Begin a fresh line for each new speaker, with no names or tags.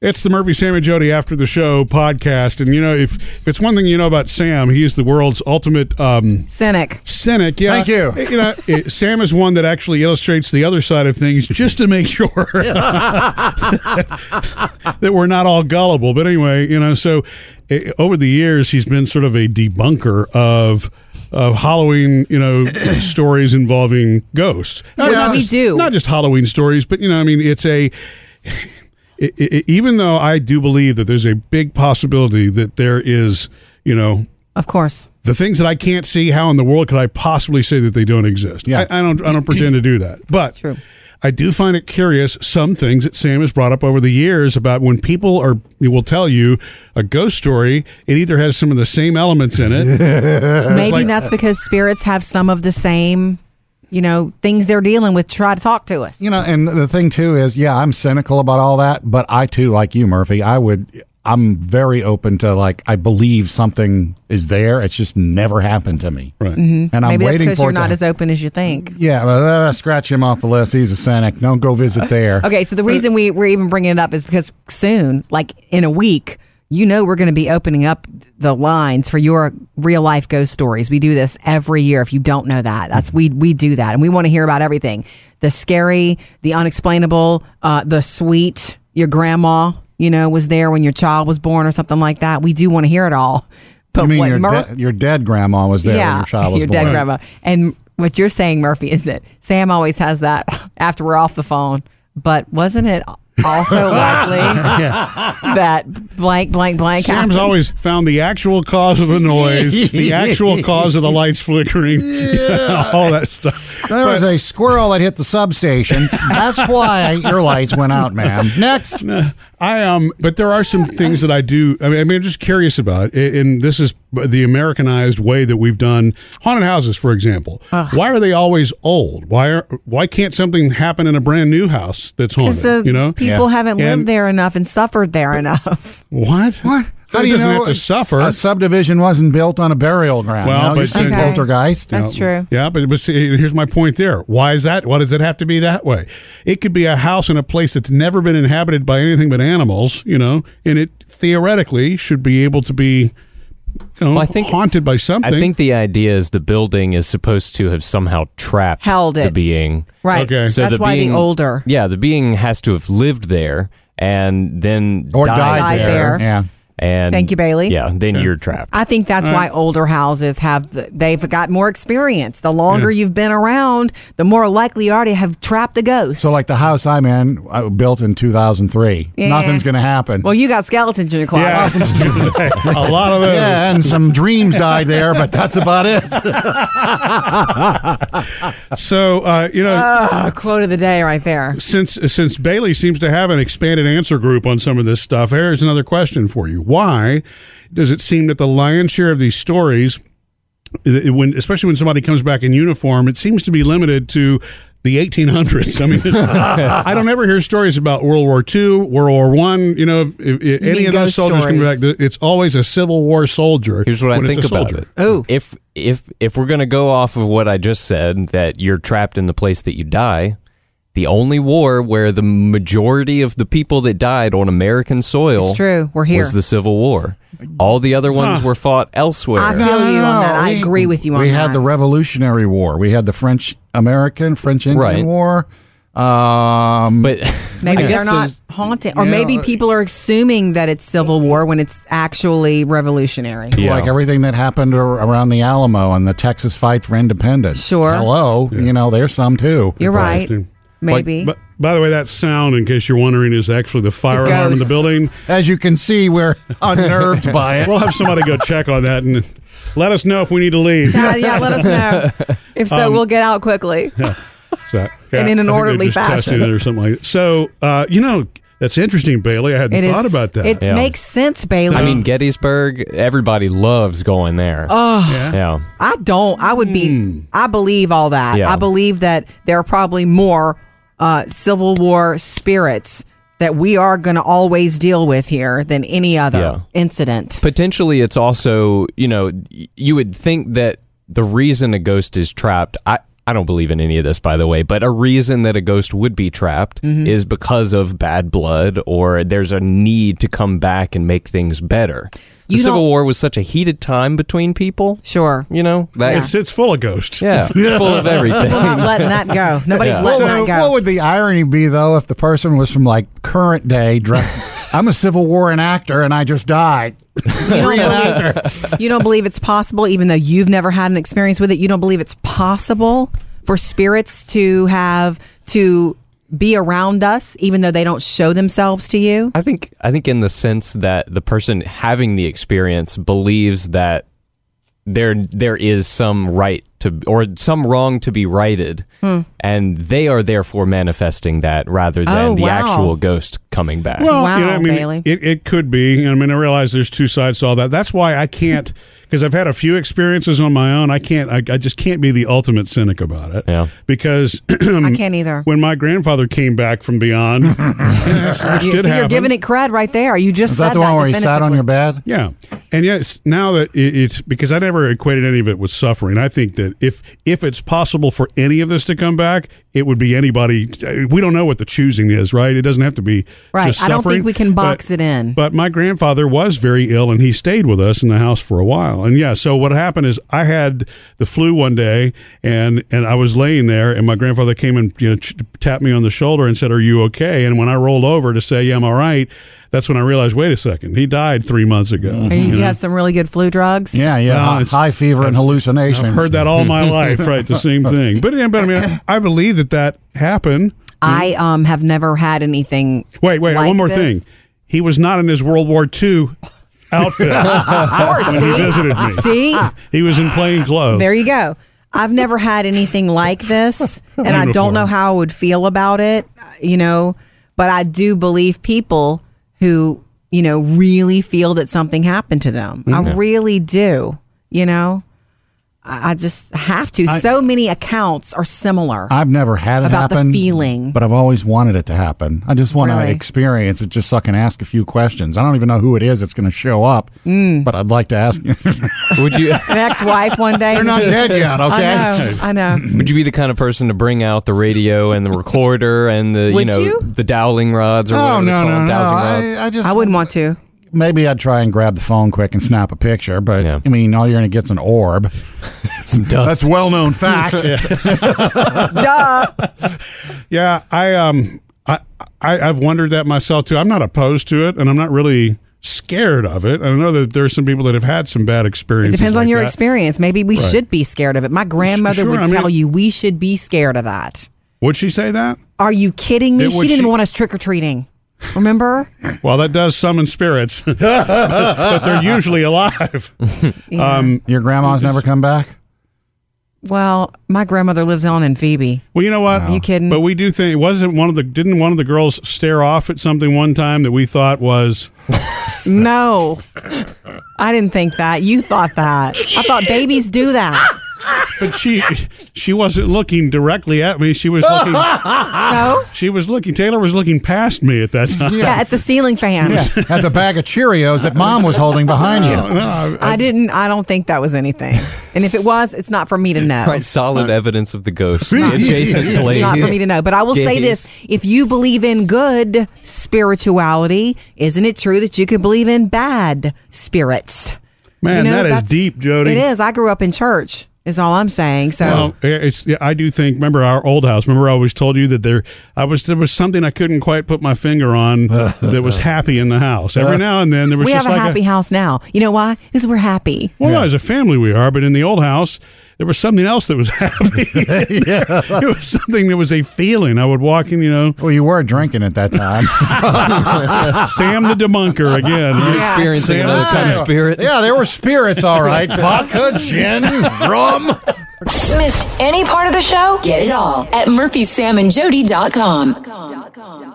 It's the Murphy, Sam, and Jody After the Show podcast. And, you know, if, if it's one thing you know about Sam, he is the world's ultimate um,
Cynic.
cynic. Yeah. Eh,
Thank you.
You know, it- Sam is one that actually illustrates the other side of things just to make sure that we're not all gullible. But anyway, you know, so eh, over the years, he's been sort of a debunker of. Of Halloween, you know, stories involving ghosts. Not
Yeah.
We
just-
do.
not just Halloween stories, but you know, I mean, it's a i- i- even though I do believe that there's a big possibility that there is, you know,
Of course.
the things that I can't see, how in the world could I possibly say that they don't exist?
Yeah.
I, I don't. I don't pretend to do that. But
True.
I do find it curious some things that Sam has brought up over the years about when people are will tell you a ghost story. It either has some of the same elements in it.
Uh,
Maybe
like-
that's because spirits have some of the same, you know, things they're dealing with. Try to talk to us.
You know, and the thing too is, yeah, I'm cynical about all that, but I too, like you, Murphy, I would, I'm very open to like, I believe something is there. It's just never happened to me.
right.
And I'm
Mm-hmm. Maybe that's
waiting
because
for
you're
it to
not
hap-
as open as you think.
Yeah, well, uh, scratch him off the list. He's a cynic. Don't go visit there.
Okay, so the reason we, we're even bringing it up is because soon, like in a week, you know we're going to be opening up the lines for your real life ghost stories. We do this every year. If you don't know that, that's we we do that, and we want to hear about everything: the scary, the unexplainable, uh, the sweet. Your grandma, you know, was there when your child was born or something like that. We do want to hear it all. But
You mean
what
your,
Murph-
de- your dead grandma was there when your child was born.
dead grandma. And what you're saying, Murphy, is that Sam always has that after we're off the phone. But wasn't it also likely that blank, blank, blank?
Sam's
Mm-hmm. happens?
always found the actual cause of the noise, the actual cause of the lights flickering, all that stuff.
There was a squirrel that hit the substation. That's why your lights went out, ma'am. Next.
I um, but there are some things that I do. I mean, I mean, I'm just curious about, it. and this is the Americanized way that we've done haunted houses, for example. Why are they always old? Why are why can't something happen in a brand new house that's haunted?
Because the
you know,
people
Yeah.
And-
haven't lived there enough and suffered there enough.
what? What?
How do you
doesn't
know
have to suffer?
A subdivision wasn't built on a burial ground.
Well,
Well,
but
you're saying
then- Okay.
poltergeist.
That's true.
Yeah, but, but see, here's my point there. Why is that? Why does it have to be that way? It could be a house in a place that's never been inhabited by anything but animals, you know, and it theoretically should be able to be you know,
Well, I think-
haunted by something.
I think the idea is the building is supposed to have somehow trapped
Held
the
it.
being.
Right.
Okay. So
That's why the older
Yeah, the being has to have lived there and then
Or died,
Died
there.
there.
Yeah.
And
Thank you, Bailey.
Yeah, then you're trapped.
I think that's why older houses have the, they've got more experience. The longer you've been around, the more likely you already have trapped a ghost.
So, like the house I'm in, uh, built in 2003.
Yeah.
Nothing's going to happen.
well, you got skeletons in your closet.
yeah, a lot of those.
yeah, and some dreams died there, but that's about it.
So uh, you know,
A quote of the day right there.
since since Bailey seems to have an expanded answer group on some of this stuff, here's another question for you. Why does it seem that the lion's share of these stories, i- when especially when somebody comes back in uniform, it seems to be limited to the 1800s. I mean, I don't ever hear stories about World War II, World War One. You know, if, if, any
mean
of those
ghost
soldiers come back,
stories.
th- it's always a Civil War soldier.
Here's what I
when it's
think
a
about
soldier.
it.
Ooh.
If if if we're gonna go off of what I just said, that you're trapped in the place that you die, the only war where the majority of the people that died on American soil
It's true. We're here.
was the Civil War. All the other ones were fought elsewhere.
I feel you on that. I
We-
agree with you on
We
that.
had the Revolutionary War. We had the French American, French Indian
Right.
War. Um,
but
maybe
I guess
they're not
those-
haunting, or
Yeah.
maybe people are assuming that it's civil war when it's actually revolutionary.
Yeah.
like everything that happened ar- around the Alamo and the Texas fight for independence.
Sure.
Hello. You know, there's some too.
You're right.
too.
Maybe.
But by the way, that sound, in case you're wondering, is actually the fire alarm in the
ghost.
building.
As you can see, we're unnerved by it.
We'll have somebody go check on that and let us know if we need to leave.
yeah, yeah, let us know. If so, we'll get out quickly.
So, yeah,
And in
I think they
an orderly
just tested
fashion.
it or something like that. So, uh, you know, that's interesting, Bailey. I hadn't
It is.
thought about that.
It
Yeah.
makes sense, Bailey.
I mean Gettysburg, everybody loves going there.
oh,
yeah.
yeah.
I don't. I would be. I believe all that.
Yeah.
I believe that there are probably more uh, Civil War spirits that we are going to always deal with here than any other
Yeah.
incident.
potentially it's also you know y- you would think that the reason a ghost is trapped i I don't believe in any of this, by the way, but a reason that a ghost would be trapped is because of bad blood or there's a need to come back and make things better. The
You
Civil
don't-
War was such a heated time between people,
Sure.
you know? That,
It's, it's full of ghosts.
yeah, it's full of
We're
everything.
not letting that go. Nobody's
Yeah.
letting
So,
that go.
what would the irony be though if the person was from like current day? Dressed, I'm a Civil War enactor and I just died.
You don't, believe, you don't believe it's possible, even though you've never had an experience with it. You don't believe it's possible for spirits to have to be around us, even though they don't show themselves to you.
I think I think in the sense that the person having the experience believes that there there is some right to or some wrong to be righted
Hmm.
and they are therefore manifesting that rather than
Oh,
the
wow.
actual ghost coming back.
Well,
Wow,
you know, I mean,
Bailey.
It, it could be. I mean, I realize there's two sides to all that. That's why I can't, because I've had a few experiences on my own. I can't, I, I just can't be the ultimate cynic about it.
Yeah.
Because
Mm.
I can't either.
when my grandfather came back from beyond, yes, which
You,
did
so
happen.
you're giving it cred right there. You just
Is
said
that the one where he sat on
definitively.
your bed?
Yeah, and yes, now that it, it's because I never equated any of it with suffering. I think that if if it's possible for any of this to come back, it would be anybody. We don't know what the choosing is, right? It doesn't have to be
Right.
Just
I don't think
suffering,
we can
but-
box it in.
But my grandfather was very ill, and he stayed with us in the house for a while. And yeah, so what happened is I had the flu one day, and and I was laying there, and my grandfather came and you know ch- tapped me on the shoulder and said, "Are you okay?" And when I rolled over to say, "Yeah, I'm all right," that's when I realized, wait a second, he died three months ago.
Or you, do you have some really good flu drugs?
Mm-hmm. Yeah, yeah.
Well,
hi-
it's-
high fever and hallucinations.
I've heard that all my life, right? The same thing. But, yeah, but I mean, I believe that that happened.
I um have never had anything.
Wait, wait,
like
one more
this.
thing. He was not in his World War II outfit
Of course,
when he
see?
visited me.
Mm-hmm.
see,
Ah.
He was in plain clothes.
There you go. I've never had anything like this, and I
Uniform.
don't know how I would feel about it, you know, but I do believe people who, you know, really feel that something happened to them. I
Mm-hmm.
really do, you know. I I just have to. so many accounts are similar.
I've never had it
About the
happen.
feeling.
But I've always wanted it to happen. I just want
Really?
to experience it just so I can ask a few questions. I don't even know who it is that's going to show up,
Mm.
but I'd like to ask. They're
Would you
An ex-wife one day.
not dead yet, okay?
I know. I know.
would you be the kind of person to bring out the radio and the recorder and the you
Would
know
you?
the dowling rods or
Oh,
whatever they
no,
call
no,
them,
no.
dowsing
I,
rods?
I just
I wouldn't want to.
maybe I'd try and grab the phone quick and snap a picture, but
Yeah.
I mean, all you're going to get's an orb.
Some dust.
That's well known fact.
Duh.
Yeah, I um, I, I I've wondered that myself too. I'm not opposed to it, and I'm not really scared of it. I know that there are some people that have had some bad
It
experiences.
depends on
like
your
that.
experience. Maybe we should be scared of it. My grandmother
sure,
would
I mean-
tell you we should be scared of that.
Would she say that?
Are you kidding me?
Then
She
would
didn't
she-
even want us trick or treating. Remember?
Well, that does summon spirits, but they're usually alive. Um,
Your grandma's never come back?
Well, my grandmother lives on in Phoebe.
well, you know what?
You kidding?
But we do think wasn't one of the didn't one of the girls stare off at something one time that we thought was
No, I didn't think that. You thought that. I thought babies do that.
but she she wasn't looking directly at me she was looking
So
she was looking Taylor was looking past me at that time
yeah, at the ceiling fan.
At the bag of Cheerios that mom was holding behind you.
I didn't. I don't think that was anything. And if it was, it's not for me to know.
Right, solid evidence of the ghost. The adjacent
It's
place.
not for me to know. But I will say this if you believe in good spirituality, isn't it true that you can believe in bad spirits?
Man, that is
that's-
deep, Jody.
It is. I grew up in church, is all I'm saying. So
Well, it's yeah, I do think. Remember our old house. Remember I always told you that there. I was there was something I couldn't quite put my finger on that was happy in the house. Every now and then there was
we have
just
a
like
happy house now. You know why? Because we're happy.
well, as a family we are, but in the old house there was something else that was happy. it was something that was a feeling. I would walk in, you know,
Well, you were drinking at that time.
Sam the debunker again.
Yeah.
Experiencing
Sam
another
the
kind of
Debunker.
spirit.
yeah, there were spirits, all right. Vodka, gin, rum.
Missed any part of the show? Get it all at murphysamandjody.com.